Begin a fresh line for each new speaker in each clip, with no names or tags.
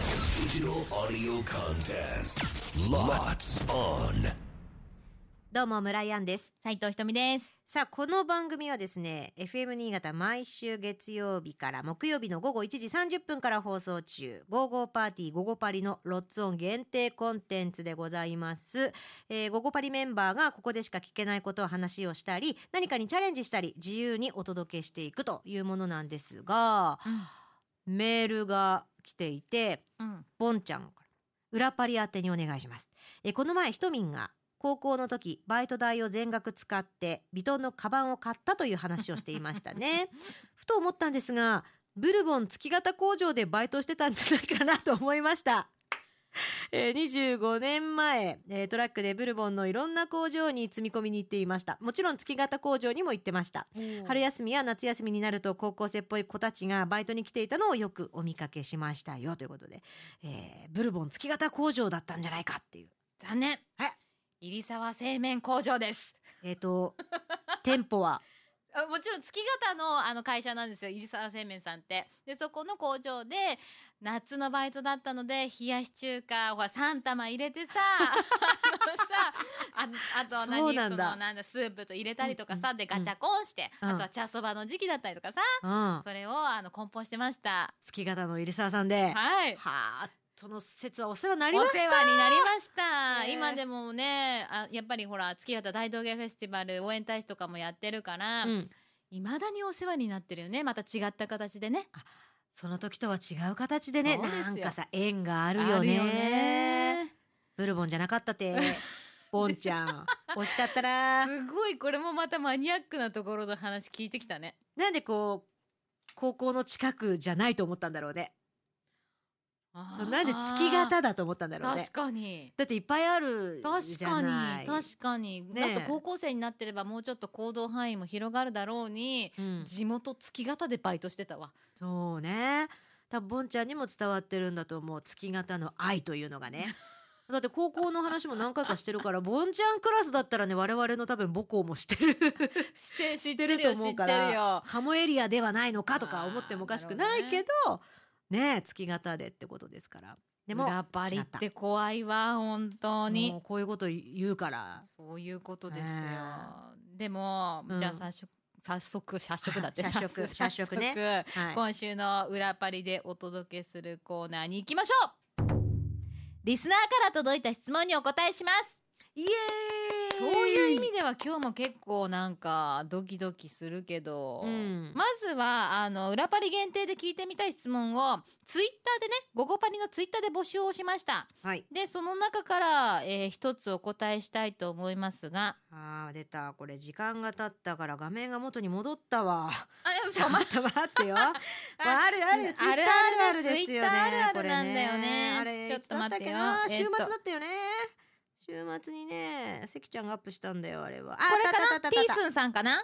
Digital audio contest. Lots on.
どうも、村井アンです。
斉藤ひとみです。
さあ、この番組はですね、FM 新潟毎週月曜日から木曜日の午後1時30分から放送中、ゴーゴーパーティー午後パリのロッツオン限定コンテンツでございます。えー、午後パリメンバーがここでしか聞けないことを話をしたり、何かにチャレンジしたり、自由にお届けしていくというものなんですが、メールが来ていて、
うん。
ボンちゃんから。裏パリ宛てにお願いします。え、この前、ひとみんが、高校の時、バイト代を全額使って、ビトンのカバンを買ったという話をしていましたね。 ふと思ったんですが、ブルボン月型工場でバイトしてたんじゃないかなと思いました。えー25年前、えートラックでブルボンのいろんな工場に積み込みに行っていました。もちろん月型工場にも行ってました。春休みや夏休みになると高校生っぽい子たちがバイトに来ていたのをよくお見かけしましたよということで、えーブルボン月型工場だったんじゃないかっていう。
残念。
はい。
入沢製麺工場です。
えっ、 と、店舗は、
あもちろん月型のあの会社なんですよ。入沢製麺さんって。で、そこの工場で、夏のバイトだったので、冷やし中華、ほら、3玉入れ てさ、あのさ、あのあとは何
そうなんだ
の、なんだ、スープと入れたりとか
うん
さ、
うん
で、ガチャコンして、
うん
あとは茶そばの時期だったりとかさ、
うん、
それを、あの、梱包してました。
月型の入沢さんで、
はい。
はあ、その説はお世話にな
お
り
世
ま
話
した。
になりました。
ねえ
今でもね、あやっぱりほら、月形大道芸フェスティバル応援大使とかもやってるから、
うん
いまだにお世話になってるよね。また違った形でね。
その時とは違う形でね、
そうですよ
なんかさ、縁があ
あ
るよね。
るよね
ブルボンじゃなかった って、ボンちゃ ん。惜しかったな。
すごい、これもまたマニアックなところの話聞いてきたね。
なんでこう、高校の近くじゃないと思ったんだろうね。そうなんで月型
だ
だと思ったんだろうね
確。かに。
だっていっぱいある
確
じゃ
か
ない。
に、確かに。
ねえ
だって高校生になってればもうちょっと行動範囲も広がるだろうに、
うん
地元月形でバイトしてたわ。
そうね。多分ボンちゃんにも伝わってるんだと思う。月型の愛というの がね。だって高校の話も何回かしてるから、ボンちゃんクラスだったらね、我々の多分母校も知ってる。
して、知っ
知って
て
る
る
と
よ、知
思
っ
うか
てる
ら
よ。
カモエリアではないのかとか思ってもおかしくないけどねえ月型でってことですからでも
裏パリ
違
っ
った
て怖いわ、本当
もう
に。
こういうこと言うから
そういうことですよ
ね。
でも、
うん
じゃあ早速、早速、社食だって。
社食
早速
社食ね
早速
はい
今週の裏パリでお届けするコーナーに行きましょうリスナーから届いた質問にお答えします
イエーイ
そういう意味では今日も結構なんかドキドキするけど、
うん
まずは、あの、裏パリ限定で聞いてみたい質問を、ツイッターでね、午後パリのツイッターで募集をしました。
はい
で、その中から、えー一つお答えしたいと思いますが。
あー出たこれ時間が経ったから画面が元に戻ったわ
あ、いや
ちょっと待って よああるあるツイッターあるあるですよね
ツイッターあるある
これ
なんだよね
あれ
ちょっと待ってよ
いつだったっけな
えっと
週末だったよね週末にね関ちゃんがアップしたんだよあれはあ
これ
あったあ
か
ったあ
な
った
ピ
あっ
ー
た
スンさんかな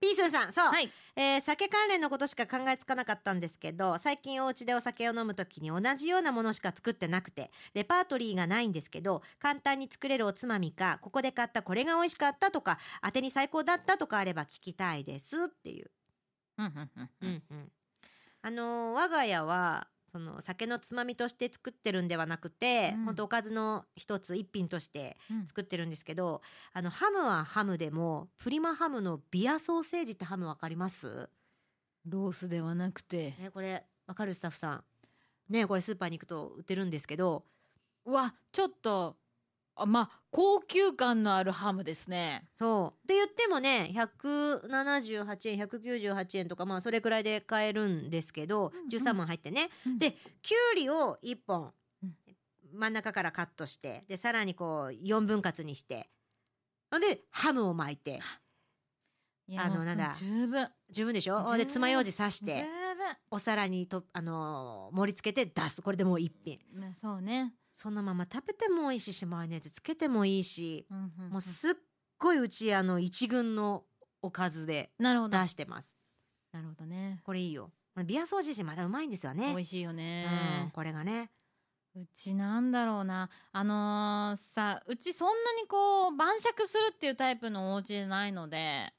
ピースンさんそう
はい。
えー酒関連のことしか考えつかなかったんですけど最近お家でお酒を飲む時に同じようなものしか作ってなくてレパートリーがないんですけど簡単に作れるおつまみかここで買ったこれが美味しかったとか当てに最高だったとかあれば聞きたいですっていう。
うんうんうん
う
うん。
んうんあのー我が家はその酒のつまみとして作ってるんではなくて、
うん
ほんとおかずの一つ一品として
うん
作ってるんですけどあのハムはハムでもプリマハムのビアソーセージってハムわかります
ロースではなくて。
ね、これわかるスタッフさんねこれスーパーに行くと売ってるんですけど
うわ、ちょっと、あ、まあ、高級感のあるハムですね。
そうって言ってもね178円198円とかまあそれくらいで買えるんですけど、
うんうん
13万入ってね、
うん
できゅうりを1本、
うん
真ん中からカットしてでさらにこう4分割にしてほんでハムを巻いて
いや
あの
もう
なんだ
十分。
十分でしょ
十
ほん
分
で爪楊枝刺し
十
て
分。
お皿にと、あのー盛り付けて出すこれでもう一品
ねそうね。
そのまま食べてもいいししまいのやつつけてもいいし
うんうんうん
もうすっごいうちあの一軍のおかずで
なるほど。
出してます。
なるほどね。
これいいよ。まあビアソージ自身またうまいんですよ
美
ね。
味しいよね。
うん、これがね。
うちなんだろうな。あのーさ、うちそんなにこう、晩酌するっていうタイプのお家じゃないので、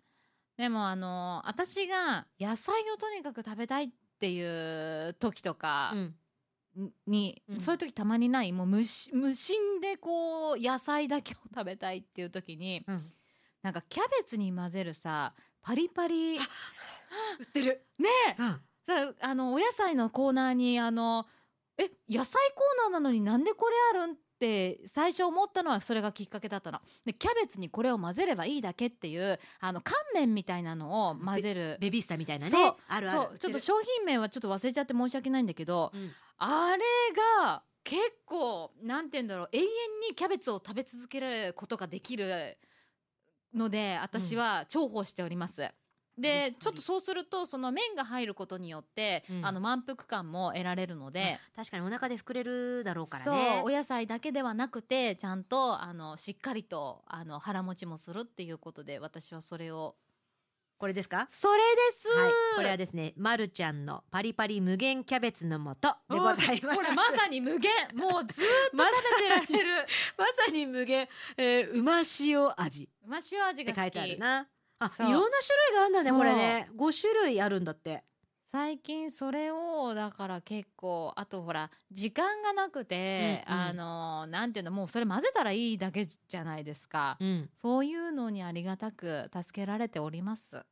でもあのー私が野菜をとにかく食べたいっていう時とか
うん、
に、
うん
そういう時たまにないもう無し無心でこう野菜だけを食べたいっていう時に
うん、
なんかキャベツに混ぜるさパリパリね
売ってる、
え
うん、
だあのお野菜のコーナーにあのえ野菜コーナーなのになんでこれあるんって最初思ったのはそれがきっかけだったのでキャベツにこれを混ぜればいいだけっていうあの乾麺みたいなのを混ぜる
ベビースターみたいなね
そう
あるある
そうちょっと商品名はちょっと忘れちゃって申し訳ないんだけど
うん
あれが結構なんて言うんだろう永遠にキャベツを食べ続けることができるので私は重宝しております。
はい
でちょっとそうするとその麺が入ることによって、
うん
あの満腹感も得られるので、
確かにお腹で膨れるだろうから
そう
ね
お野菜だけではなくてちゃんとあのしっかりとあの腹持ちもするっていうことで私はそれを
これですか
それです、
はい、こ れはですね、まるちゃんのパリパリ無限キャベツの素でございます。
これまさに無限もうずーっと食べてられる
まさに無限、えー、うま塩味っ
うま塩味
て書
が好
いてあ
き
るな。あ、い
そう
ろんな種類があるんだね、
そう
これね。五種類あるんだって。
最近それをだから結構あとほら時間がなくて、
うんうん
あのなんていうのもうそれ混ぜたらいいだけじゃないですか、
うん。
そういうのにありがたく助けられております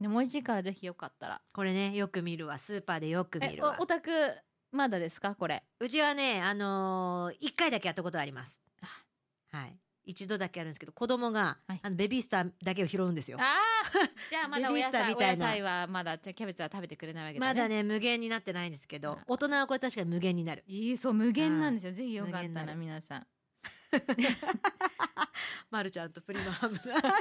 でも美味しいからぜひよかったら
これね、よく見るわ。スーパーでよく見
え
るわ
おお。宅まだですかこれ
うちはね、あのー一回だけやったことあります
あ。
はい。一度だけあるんですけど、子供が、
はい
あのベビースターだけを拾うんですよ
あ。ー じゃあまだお
ベビー
野
スター
菜
み
お
たい
野
な
菜はまだじゃあキャベツは食べてくれないわけだね
まだね、無限になってないんですけど
あ、
大人はこれ確かに無限になる。
いいそう無限なんですよぜひよかっ
無限
た
な
ら
る
皆さん
まるちゃんとプリマハ ムの話。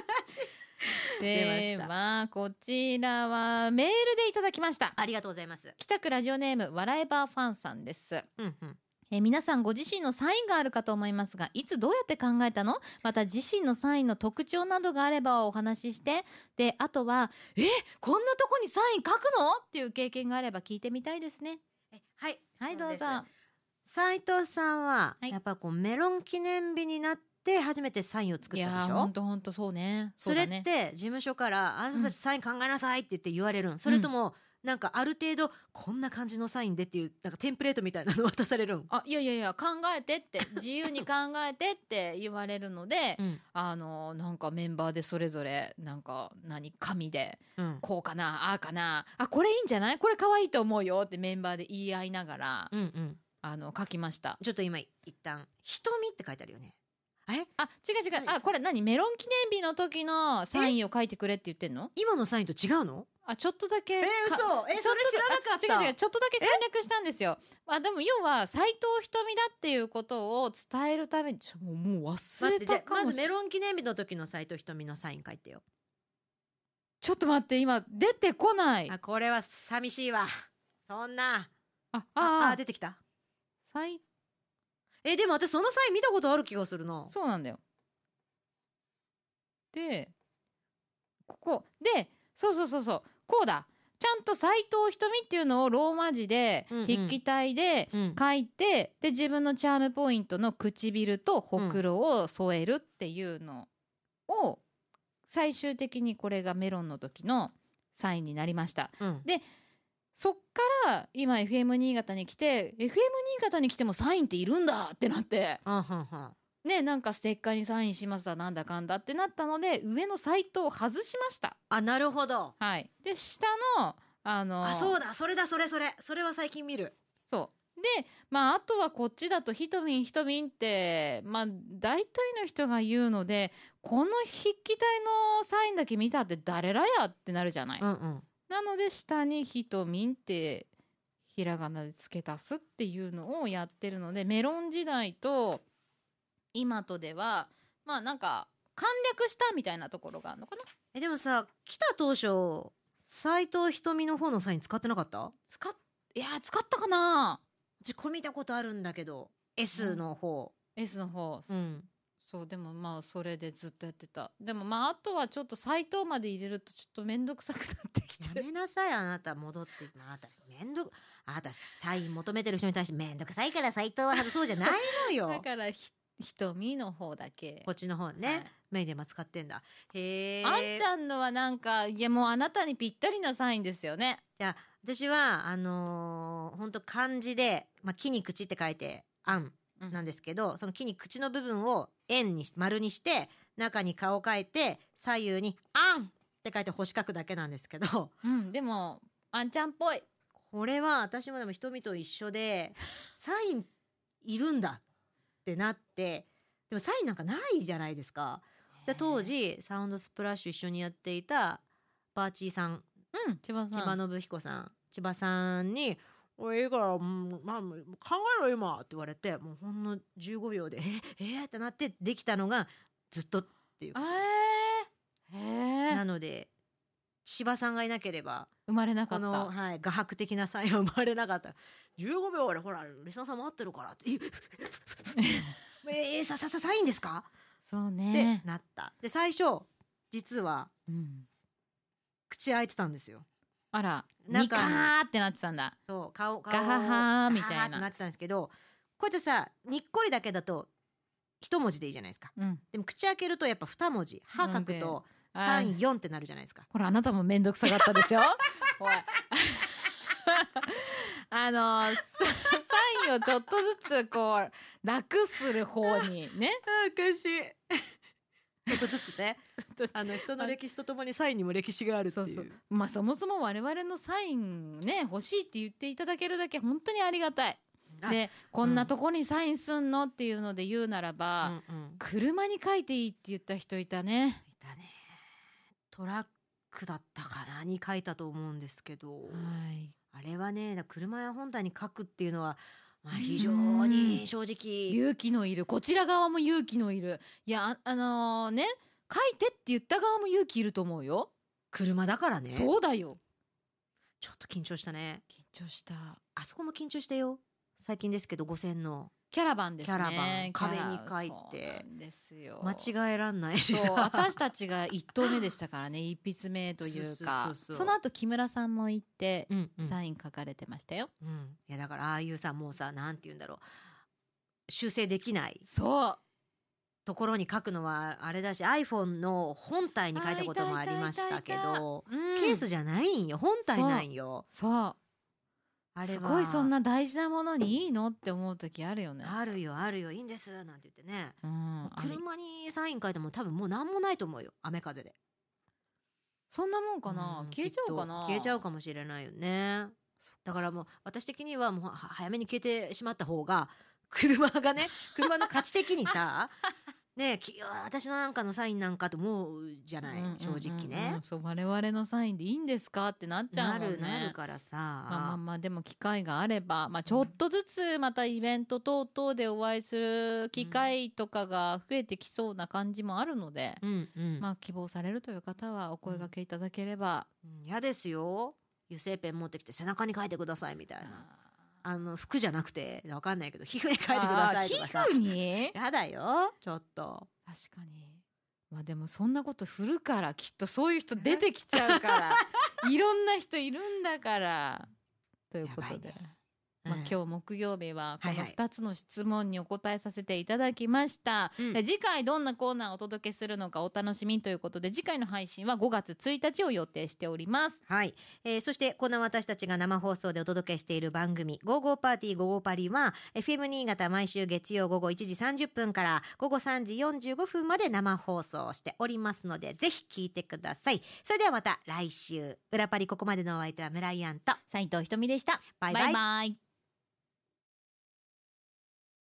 出
で
ました
はこちらはメールでいただきました
ありがとうございます。
北区ラジオネーム笑えばファンさんです
うんうん。
えー皆さんご自身のサインがあるかと思いますがいつどうやって考えたのまた自身のサインの特徴などがあればお話ししてであとはえこんなとこにサイン書くのっていう経験があれば聞いてみたいですね
えはい、
は
そ
い
う
どう
です
ぞ
斉藤さんは、
はい
やっぱこうメロン記念日になって初めてサインを作
い
っ
や
たでし
ーほ
ょ
んとほんとそうね
それ
うだ
っ
ね
て事務所から「あなたたちサイン考えなさい」って言って言われるん、それともなんかある程度こんな感じのサインでっていうなんかテンプレートみたいなの渡されるん、
あいやいやいや考えてって 自由に考えてって言われるので、
うん
あのなんかメンバーでそれぞれなんか何紙で
うん
こうかなああかなあこれいいんじゃないこれ可愛いと思うよってメンバーで言い合いながら、
うんうん
あの書きました
ちょっと今一旦瞳」って書いてあるよねあれ
あ違う違う
何
あこれ何メロン記念日の時のサインを書いてくれって言ってんの
今のサインと違うの
あちょっとだけ
えー、嘘
か
え
ちょっと
それ知らなかった
あ違う違うちょっとだけ簡略したんですよあでも要は斎藤瞳だっていうことを伝えるためにちょもうもう忘
待っ
れ
てじゃ
た
あ
かもし
まず
れ
メロン記念日の時の斉藤瞳のサイン書いてよ
ちょっと待って今出てこない
あこれは寂しいわそんな
あ
ああ
あ
出てきた
斎
えでも私そのサイン見たことある気がするな
そうなんだよ。で、ここ、で、そうそうそうそう、こうだ。ちゃんと斎藤瞳っていうのをローマ字で
うんうん、
筆記体で
うん
書いて、で、自分のチャームポイントの唇とほくろを添えるっていうのを、最終的にこれがメロンの時のサインになりました。
うん
そっから、今 FM 新潟に来て、FM 新潟に来てもサインっているんだってなって。
あはんはん
ね、なんかステッカーにサインしますだなんだかんだってなったので上のサイトを外しました。
あなるほど
はい、で下のあの
あそうだそれだそれそれそれは最近見る
そうでまああとはこっちだと「ひとみんひとみん」ってまあ大体の人が言うのでこの筆記体のサインだけ見たって誰らやってなるじゃない。
んうん
なので下に「ひとみん」ってひらがなで付け足すっていうのをやってるのでメロン時代と今とではまあなんか簡略したみたいなところがあるのかな
えでもさ来た当初斉藤瞳の方のサイン使ってなかった
使っいやー使ったかな
うちこれ見たことあるんだけど S の方
S の方、
ん
そうでもまあそれでずっとやってたでもまああとはちょっと斎藤まで入れるとちょっと面倒くさくなってき
や
て
めなさいあなた戻ってあなためんどくあなたサイン求めてる人に対してめんどくさいから斉藤は外そうじゃないの
だ
よ
からひひとみの方だけ
こっちの方ね、
はい
メイデンマ使ってんだへえ
あんちゃんのはなんかいやもうあなたにぴったりなサインですよね
じゃ私はあのー、本当漢字で、まあ、木に口って書いて「あん」なんですけど、その木に口の部分を円にし丸にして中に顔を描いて左右に「あん」って書いて星書くだけなんですけど
うん、でも、あんちゃんっぽい。
これは私もでも瞳と一緒でサインいるんだってなってでもサインなんかないじゃないですか。で当、時サウンドスプラッシュ一緒にやっていたバーチーさん
うん、千葉
千
さ
葉
ん。
信彦さん千葉さんに「おいいいから、うんまあ、考えろ今」って言われてもうほんの15秒で「ええー、ってなってできたのがずっと
ええへ
な
え。
ので千葉さんがいなければ
生まれなか
こ
っ
の、
た。
はい、画伯的な才能生まれなかった15秒でほらリサさん待ってるからって「ええー、さささサインですか?」
そう
って
ね。
なったで最初実は
うん
口開いてたんですよ
あら、
中に
にかーってなってたんだ。
そう顔顔
ガハハーみたい
ガ
な
ハハってなってたんですけどこうやってさにっこりだけだと一文字でいいじゃないですか
うん。
でも口開けるとやっぱ二文字「は」書くと
あー
三四ってなるじゃないですか
ほら、あなたもめんどくさかったでしょおい。 あの、ササインをちょっとずつ、こう、楽する方に、ね。
あかしい ちょっとずつね
ょっと
あの人の歴史とともにサインにも歴史があるってい
そううそう。まあ、そもそも我々のサインね、欲しいって言っていただけるだけ本当にありがたい。
あ
で、こんなとこにサインすんのっていうので言うなら
う
ば、
んうん
車に書いていいって言った人いたね。
いたねトラックだったかなに書いたと思うんですけど
はい。
あれはねだから車や本体に書くっていうのは、まあ、非常に正直
勇気のいる。こちら側も勇気のいる。いや、あ、あのーね、書いてって言った側も勇気いると思うよ。
車だからね
そうだよ。
ちょっと緊張したね
緊張した。
あそこも緊張したよ最近ですけど5000の
キャラバンですね。
キャラバン
キャラ
壁に書いて
そうなんですよ。
間違えらんないし
そう
さ
私たちが一投目でしたからね、一筆目という
そ
か
うそう。そうそう
その後木村さんも行って、
うんうん
サイン書かれてましたよ。
うんいやだからああいうさもうさなんて言うんだろう修正できない
そう。
ところに書くのはあれだし iPhone の本体に書いたこともありましたけ
あいたいたいたい
ど
うん
ケースじゃないんよ本体なんよ
そう。
あれは
すごいそんな大事なものにいいのって思う時あるよね。
あるよあるよいいんですなんて言ってね
うん、あり
車にサイン書いても多分もう何もないと思うよ雨風で
そんなもんかな、
ん
消えちゃうかな
きっと消えちゃうかもしれないよねだからもう私的にはもうは早めに消えてしまった方が 車がね車の価値的に さねえき私のなんかのサインなんかと思うじゃない、
うんうんうんうん
正直ね、
そう我々のサインでいいんですかってなっち
な
ゃうもんね
るなるからさ、
まあまあまあでも機会があれば、まあ、ちょっとずつまたイベント等々でお会いする機会とかが増えてきそうな感じもあるので、
うんうん、
まあ希望されるという方はお声掛けいただければ、
うん嫌ですよ油性ペン持ってきて背中に書いてくださいみたいな
あ
あの服じゃなくてわかんないけど皮膚に書いてく
ー
ださいとかさ
あー皮膚に
やだよちょっと
確かに。まあでもそんなこと振るからきっとそういう人出てきち ゃうから。いろんな人いるんだから。ということ
や
で。
ばいね
まあ
うん
今日木曜日はこ
はい
の
はい
2つの質問にお答えさせていただきました。
うん
で次回どんなコーナーをお届けするのかお楽しみということで次回の配信は5月1日を予定しております。
はい、えーそしてこの私たちが生放送でお届けしている番組「ゴーゴーパーティーゴーゴーパリ」は FM 新潟毎週月曜午後1時30分から午後3時45分まで生放送しておりますのでぜひ聞いてくださいそれではまた来週裏パリここまでのお相手は村井アンと
斉藤ひとみでした。
バイバイ
バイバイ